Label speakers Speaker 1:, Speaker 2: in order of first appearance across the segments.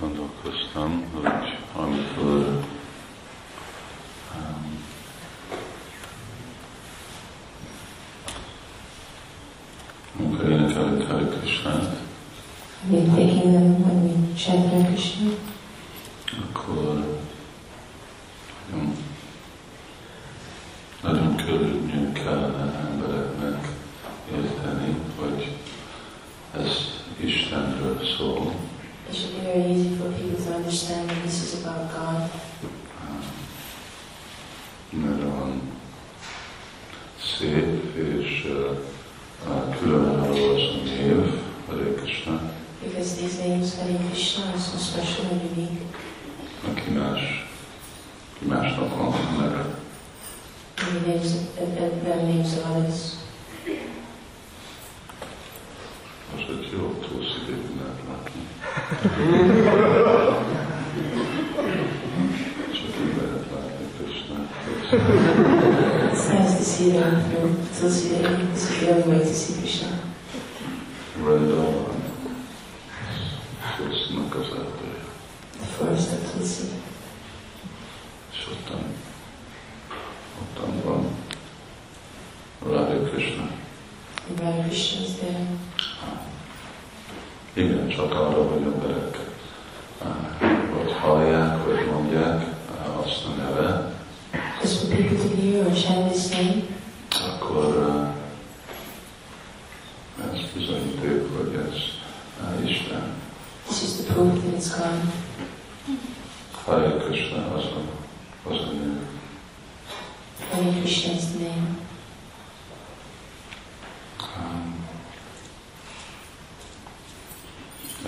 Speaker 1: gondolkoztam, hogy amikor um, amikor énekelek Hare Krishnát,
Speaker 2: Mindig énekelem, hogy mint Sejtő Krishna,
Speaker 1: akkor nagyon, nagyon körülnünk kellene embereknek érteni, hogy ez Istenről szól,
Speaker 2: it should be very easy for people to understand that this is about God.
Speaker 1: nagyon szép és uh, különálló az a név, Hare Krishna,
Speaker 2: Because these names, Hare Krishna, are so special and unique.
Speaker 1: aki más, aki másnak van neve.
Speaker 2: And the names, and, and the names of others.
Speaker 1: Most egy jó túlszig lehet látni. Csak így lehet látni Krishnát.
Speaker 2: It's nice to see them through, to see them, it's a real way to see Krishna.
Speaker 1: Rendel, Krishnnak az erdője.
Speaker 2: The forest of Tulsi.
Speaker 1: És ottan, ottan van Radha Krishna.
Speaker 2: And Hare Krishna is there.
Speaker 1: Igen, csak arra, hogy emberek á, vagy hallják, vagy mondják á, azt a neve,
Speaker 2: Just for people to hear or chant his name,
Speaker 1: akkor á, ez bizonyíték, hogy ez á, Isten.
Speaker 2: this is the proof that it's God.
Speaker 1: Hare Krishna az a, az a nő.
Speaker 2: Hare Krishna is the name.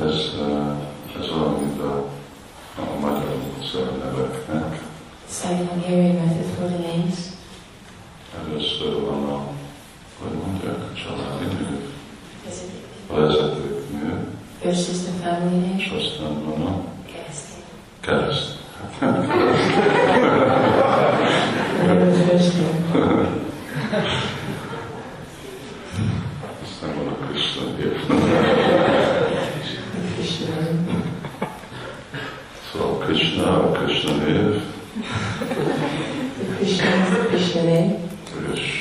Speaker 1: Ez, á, ez olyan, mint a, a magyar utca neveknek.
Speaker 2: It's like an Hungarian method for the names.
Speaker 1: Először van a, hogy mondják, a családi nő,
Speaker 2: Is it
Speaker 1: a vezetők nő,
Speaker 2: versus the family
Speaker 1: és
Speaker 2: name?
Speaker 1: aztán van a
Speaker 2: Yes.
Speaker 1: Kereszt. Ez nem van a Krishna Szóval Krishna, a Krishna név, és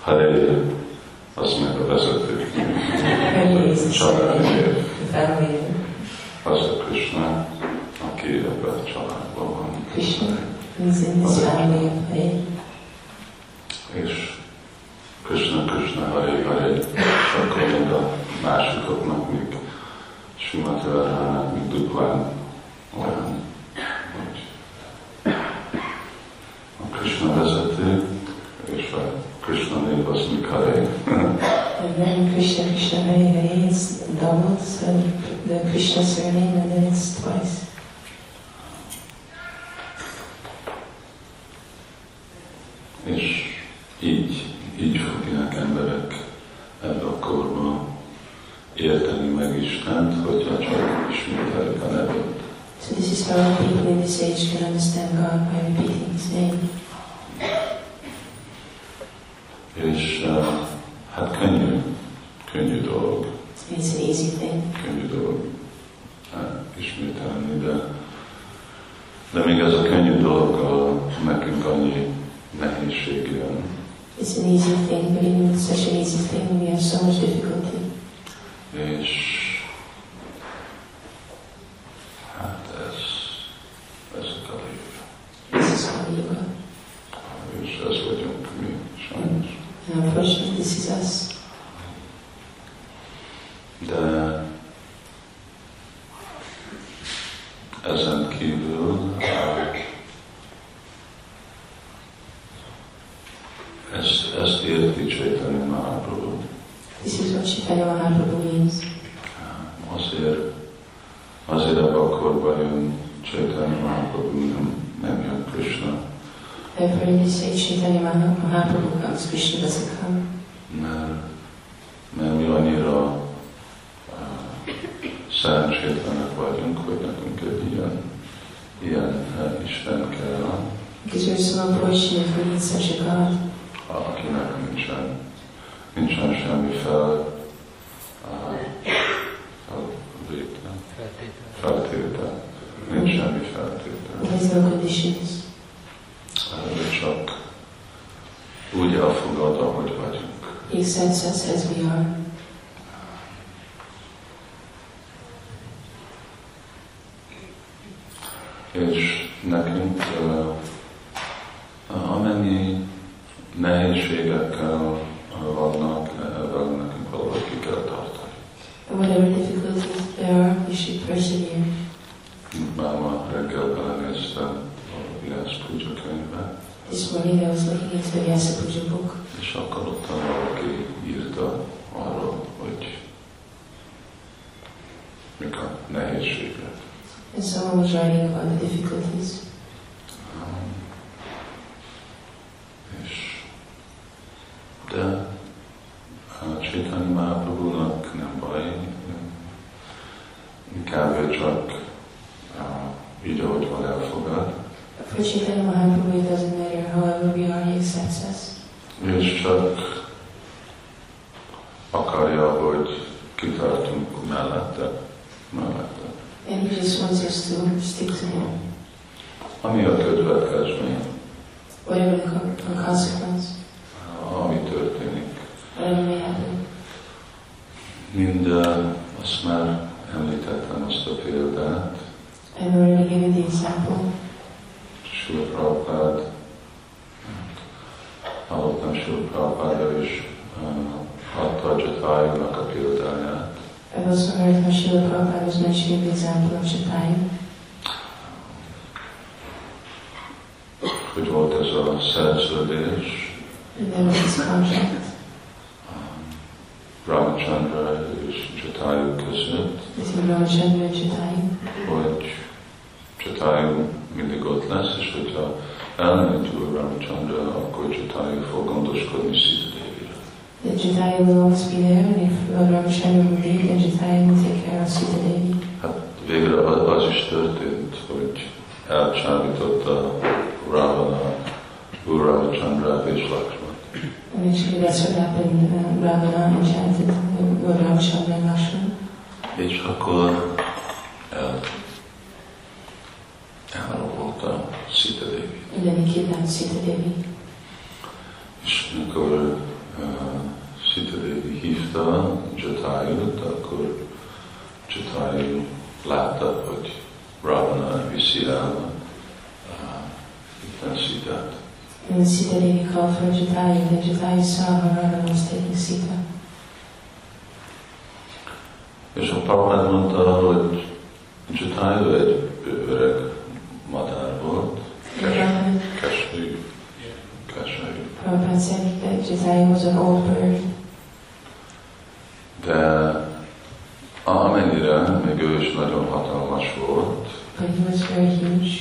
Speaker 1: Hare, az meg a vezető. Család név, az a Krishna, aki ebben a családban van. És Krishna, Krishna, Hare, Hare, és akkor még a másikoknak, még Simatvárának, még Dukván, olyan, hogy a Krishna vezető, és a Krishna név az még Hare.
Speaker 2: Krishna surname and then it's twice.
Speaker 1: És így, így fogják emberek ebbe a korba érteni meg Istent, hogyha csak ismételik a nevét.
Speaker 2: So this is how people in this age can understand God by repeating His name.
Speaker 1: És eh, hát könnyű, könnyű dolog,
Speaker 2: It's an easy thing.
Speaker 1: könnyű dolog hát, ismételni, de, de még ez a könnyű dologgal nekünk annyi nehézség jön.
Speaker 2: It's an easy thing, but even with such an easy thing, we have so much difficulty.
Speaker 1: És hát ez, ez a kalép.
Speaker 2: This is how you are.
Speaker 1: És ez vagyunk mi, sajnos.
Speaker 2: And unfortunately, this is us.
Speaker 1: De ezen kívül ezt, ezt érti Csaitanya Mahaprabhu.
Speaker 2: This is what Chaitanya Mahaprabhu means.
Speaker 1: Azért, azért ebbe a korban jön Csaitanya Mahaprabhu, nem, nem jön Krishna,
Speaker 2: Therefore, in this age, Chaitanya Maha- Mahaprabhu comes, Krishna doesn't come.
Speaker 1: mert, mert mi annyira uh, szerencsétlenek vagyunk, hogy nekünk egy ilyen, ilyen eh, Isten kell,
Speaker 2: Because we're so unfortunate we need such a God
Speaker 1: akinek Ah, nincsen, nincsen ah, semmi fel, á, fel végtelen, feltétel. Nincs semmi feltétel.
Speaker 2: There's no conditions.
Speaker 1: Erről csak úgy elfogad, ahogy vagyunk.
Speaker 2: He accepts us as we are.
Speaker 1: És nekünk ö, amennyi nehézségekkel ö, vannak, ebben nekünk valahogy ki kell tartani.
Speaker 2: And whatever difficulties there are, we should persevere.
Speaker 1: Mint Már ma reggel belenéztem a Virász Puja könyvbe,
Speaker 2: This morning I was looking into the Vyasa Puja book,
Speaker 1: és akkor ott valaki írta arról, hogy mik a nehézségek.
Speaker 2: and someone was writing about the difficulties.
Speaker 1: És de a Csétani Máprabúnak nem baj, inkább ő csak á, így, ahogy van elfogad,
Speaker 2: For Chaitanya Mahaprabhu, it doesn't matter however we are, he accepts us.
Speaker 1: és csak akarja, hogy kitartunk mellette, mellette.
Speaker 2: And he just wants us to stick to him,
Speaker 1: Ami a következmény,
Speaker 2: whatever the con- the consequence,
Speaker 1: ami történik,
Speaker 2: whatever may happen.
Speaker 1: mind eh, azt már említettem azt a példát,
Speaker 2: I've already given the example.
Speaker 1: Sula Prabhupád, hallottam Sula Prabhupáda is uh, adta a Jatájának a példáját,
Speaker 2: I've also heard how Srila Prabhupada was mentioning the example of Chaitanya.
Speaker 1: hogy volt ez a szerződés
Speaker 2: And there was this contract,
Speaker 1: um, Ramachandra és Jatájú között,
Speaker 2: between Ramachandra and Chaitanya,
Speaker 1: hogy Jatájú mindig ott lesz, és hogyha elmegy túl Ramachandra, akkor Jatájú fog gondoskodni Sziddévére.
Speaker 2: that Chaitanya will always be there, and if Lord Ramachandra will leave, then Chaitanya will take care of Sita Devi.
Speaker 1: Hát végre az, az is történt, hogy elcsábította Ravana, Urava Csandrát és Lakshmant.
Speaker 2: And actually that's what happened, uh, Ravana enchanted Lord Ramachandra and Lakshman.
Speaker 1: És akkor el, elrabolta Sita Devi.
Speaker 2: And then he kidnapped Sita Devi.
Speaker 1: És amikor uh, Sita Devi hívta Jatájút, akkor Jatájú látta, hogy Ravana viszi el uh, Sitát.
Speaker 2: And Sita Devi called for Chaitanya, and Chaitanya saw how Ravana was taking Sita.
Speaker 1: És a papád mondta, hogy Csatájú egy öreg madár volt,
Speaker 2: And Ravana,
Speaker 1: keselyű, keselyű.
Speaker 2: Prabhupada said that Chaitanya was an old bird,
Speaker 1: De amennyire még ő is nagyon hatalmas volt,
Speaker 2: but he was very huge.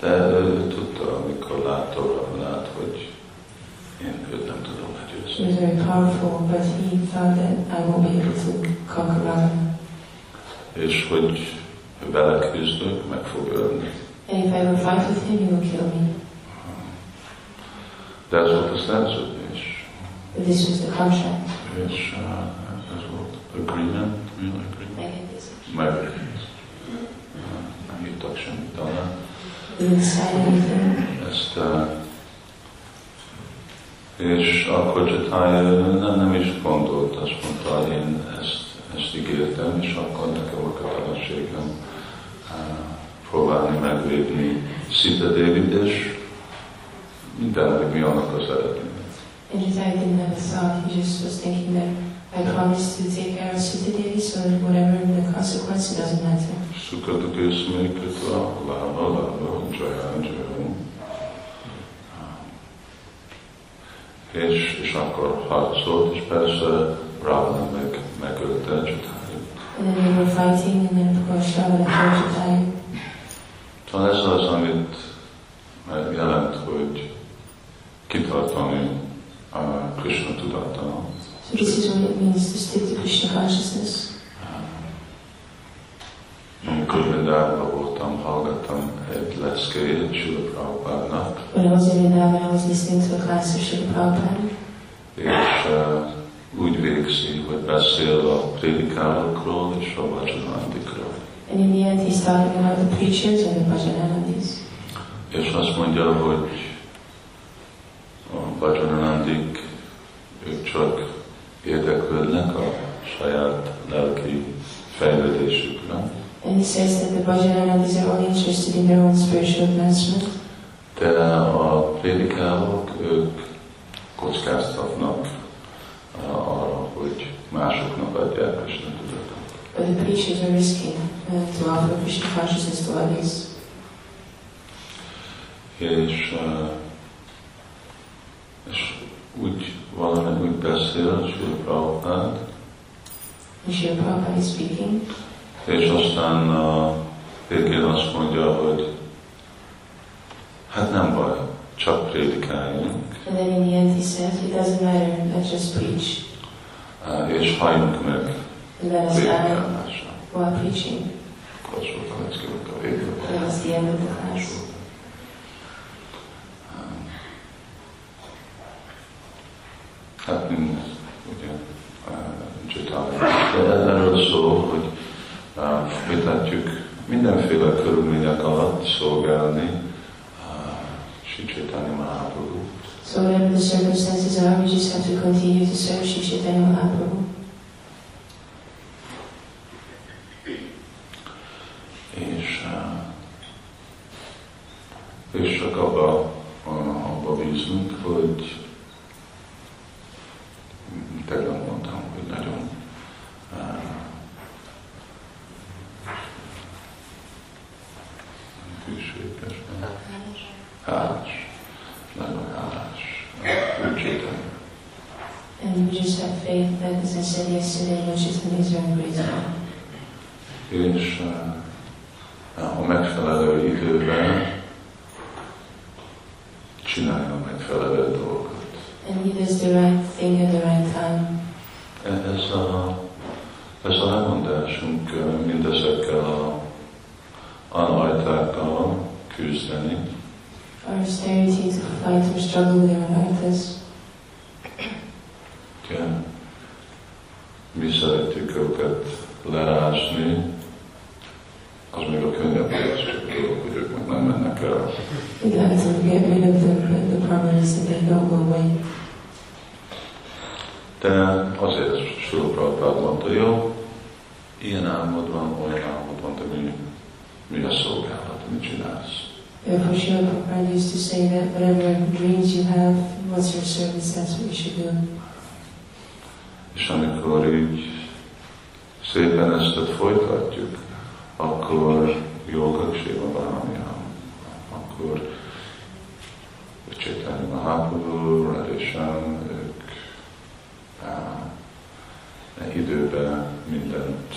Speaker 1: de ő tudta, amikor látta Ravanát, hogy én őt nem tudom legyőzni.
Speaker 2: She was very powerful, but he thought that I won't be able to conquer Ravana.
Speaker 1: És hogy vele küzdök, meg fog ölni.
Speaker 2: And if I will fight with him, he will kill me.
Speaker 1: De ez volt a szerződés.
Speaker 2: But this was the contract.
Speaker 1: És uh, ez volt agreement, mi az agreement? meg nem írtak semmit alá.
Speaker 2: We didn't sign anything.
Speaker 1: Ezt, eh, és akkor Csatály nem, nem is gondolt, azt mondta, én ezt, ezt ígértem, és akkor nekem a kötelességem eh, próbálni megvédni Szita David, és mindennek mi annak az eredménye.
Speaker 2: And his I didn't have a thought. He just was thinking that I promised to take care of Sita Devi, so that whatever the consequence, it doesn't matter.
Speaker 1: Szukatuk és a lába, lába, dzsajá, dzsajá. És, és akkor harcolt, és persze Ravana meg, megölte Csatájút.
Speaker 2: And then they were fighting, and then of course Ravana killed Chaitanya.
Speaker 1: Talán ez az, amit jelent, hogy kitartani a Krishna tudattal.
Speaker 2: So this is what it means to stick to Krishna consciousness.
Speaker 1: Amikor Vrindában voltam, hallgattam egy leszkét Sula Prabhupádnak,
Speaker 2: When I was in Vrindavan, I was listening to a class of Srila Prabhupada.
Speaker 1: és eh, úgy végzi, hogy beszél a prédikálókról és a vacsorántikról.
Speaker 2: And And in the end, he's talking about the preachers and the Bhajanandis.
Speaker 1: És azt mondja, hogy a Bhajanandik ők csak érdeklődnek a saját lelki fejlődésükre,
Speaker 2: And he says that the Bhajanandis are only interested in their own spiritual advancement,
Speaker 1: de a prédikálók ők kockáztatnak á, arra, hogy másoknak adják Krishna tudatot.
Speaker 2: but the preachers are risking uh, to offer Krishna consciousness to others.
Speaker 1: És, á, és úgy valami úgy beszél, Sri Prabhupád,
Speaker 2: And Srila Prabhupada is speaking,
Speaker 1: És aztán a végén azt mondja, hogy hát nem baj, csak prédikáljunk,
Speaker 2: and then in the end, he says, It doesn't matter, let's just preach,
Speaker 1: á, és halljunk meg
Speaker 2: and let us die
Speaker 1: prédikálásra.
Speaker 2: while preaching.
Speaker 1: Az volt a leckők a végén.
Speaker 2: That was the end of the class.
Speaker 1: Hát mindez, ugye, csitálni. De erről szól, hogy á, mit látjuk mindenféle körülmények alatt szolgálni eh, Sicsitani Mahaprabhu.
Speaker 2: So whatever the circumstances are, we just have to continue to serve Sri Chaitanya Mahaprabhu.
Speaker 1: és, eh, és csak abba, abba bízunk, hogy mint tegnap mondtam, hogy nagyon eh, hűséges, nem? hálás, nagyon hálás, hűséges.
Speaker 2: And we just have faith that, as I said yesterday, Lord Chaitanya is very grateful.
Speaker 1: és eh, a megfelelő időben csinálja a megfelelő dolgot.
Speaker 2: And he does the right thing at the right time.
Speaker 1: Ez a, ez a lemondásunk eh, mindezekkel a anajtákkal küzdeni,
Speaker 2: Our austerity to fight or struggle with our arthas.
Speaker 1: ugye? Mi szeretjük őket lerásni, az még a könnyebb lesz, csak dolog, hogy ők meg nem mennek el.
Speaker 2: We got to get rid of them, but the problem is that they don't go away.
Speaker 1: De azért Siloprabhát mondta, jó, ilyen álmod van, olyan álmod van, de mi, mi a szolgálat, mit csinálsz?
Speaker 2: Therefore, Srila Prabhupada used to say that whatever dreams you have, what's your service, that's what you should do.
Speaker 1: És amikor így szépen ezt folytatjuk, akkor jókat séva valami akkor Csétány Mahaprabhu, Radishan, ők á, e időben mindent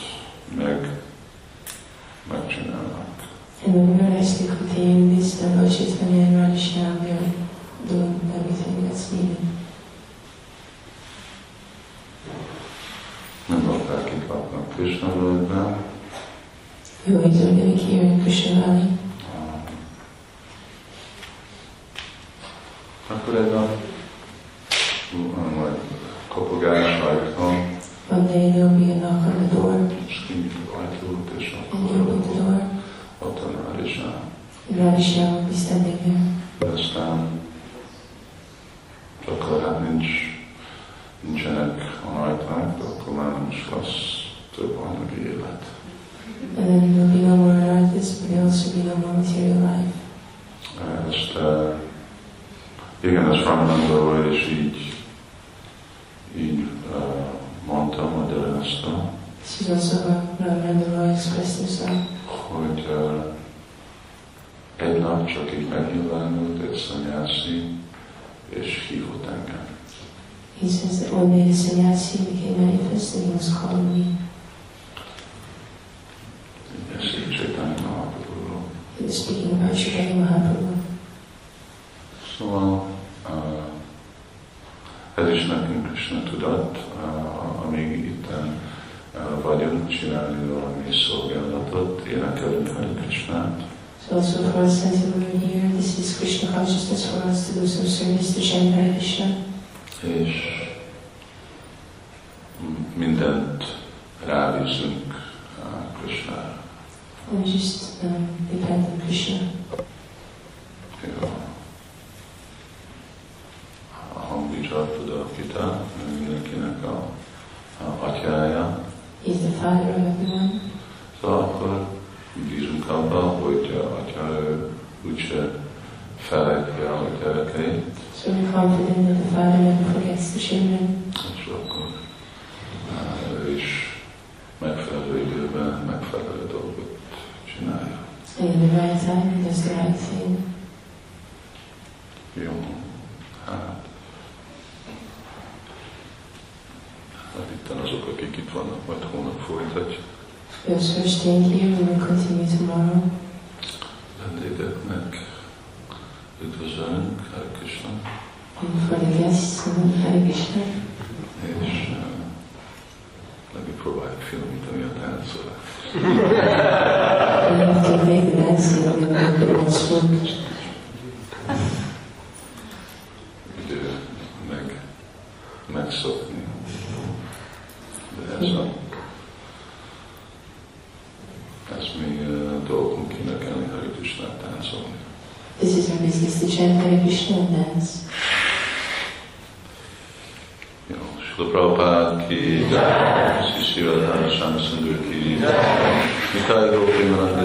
Speaker 1: meg, megcsinálnak.
Speaker 2: And when we're actually continuing this, then Lord Chaitanya and Radhishyam, they're doing everything that's needed.
Speaker 1: Nem akár kik laknak Krishnavölgyben,
Speaker 2: Who is living here in Krishna Valley.
Speaker 1: Akkor ez a Ú, majd kopogás ajtón,
Speaker 2: One day there'll be a knock on the door,
Speaker 1: és kinyitjuk ajtót, és
Speaker 2: and you open the
Speaker 1: akkor
Speaker 2: door,
Speaker 1: ott a már is áll.
Speaker 2: and Radhishyam will be standing there.
Speaker 1: Aztán akkor hát nincs, nincsenek a ajtók, akkor már nem is lesz több anyagi élet.
Speaker 2: And then there'll be no more arthas, but there'll also be no more material life.
Speaker 1: Ezt, eh, igen, ezt Ramanandóval is így, így eh, mondta, magyarázta,
Speaker 2: She's also a Ramana Roy expressed himself.
Speaker 1: hogy uh, egy nap csak így megnyilvánult egy szanyászi, és hívott engem.
Speaker 2: He says that one day the sannyasi became manifest and he was calling me.
Speaker 1: Így ezt így sétálni a napokról.
Speaker 2: He was speaking about Srila Mahaprabhu.
Speaker 1: Szóval uh, ez is nekünk Krishna tudat, uh, amíg itt uh, vagyunk, csinálni valami szolgálatot, énekelünk Hare Krishnát,
Speaker 2: So also for us until we're here, this is Krishna consciousness for us to do some service to Shankara Krishna.
Speaker 1: és m- mindent rávízünk uh, Krishnára.
Speaker 2: just um, depend on Krishna.
Speaker 1: Jó. A hangvicsat tudok kita, mindenkinek a, a atyája.
Speaker 2: He's the father of everyone.
Speaker 1: Szóval akkor bízunk abba, hogy a atya ő úgyse felejti el a gyerekeit,
Speaker 2: So we're confident that the father never forgets the children.
Speaker 1: és akkor á, ő is megfelelő időben megfelelő dolgot csinálja.
Speaker 2: And in the right time, he does the right thing.
Speaker 1: Jó. Hát. Hát itt azok, akik itt vannak, majd holnap folytatjuk.
Speaker 2: Those who are staying here, we will continue tomorrow.
Speaker 1: Vendégeknek üdvözlünk, Hare Krishna,
Speaker 2: And for the guests, um, Hare Krishna.
Speaker 1: és eh, legjobb próbáljuk finomítani a táncolást.
Speaker 2: We have to make the dance a little bit more smooth.
Speaker 1: Idő meg, megszokni. De ez a ez még eh, dolgunk énekelni Hare Krishnát táncolni.
Speaker 2: This is our business to chant Hare Krishna and dance.
Speaker 1: Jó, Sula Prabhupád ki, Sisi Radhana Sámi Sundur ki, Mikály Gópi Manandi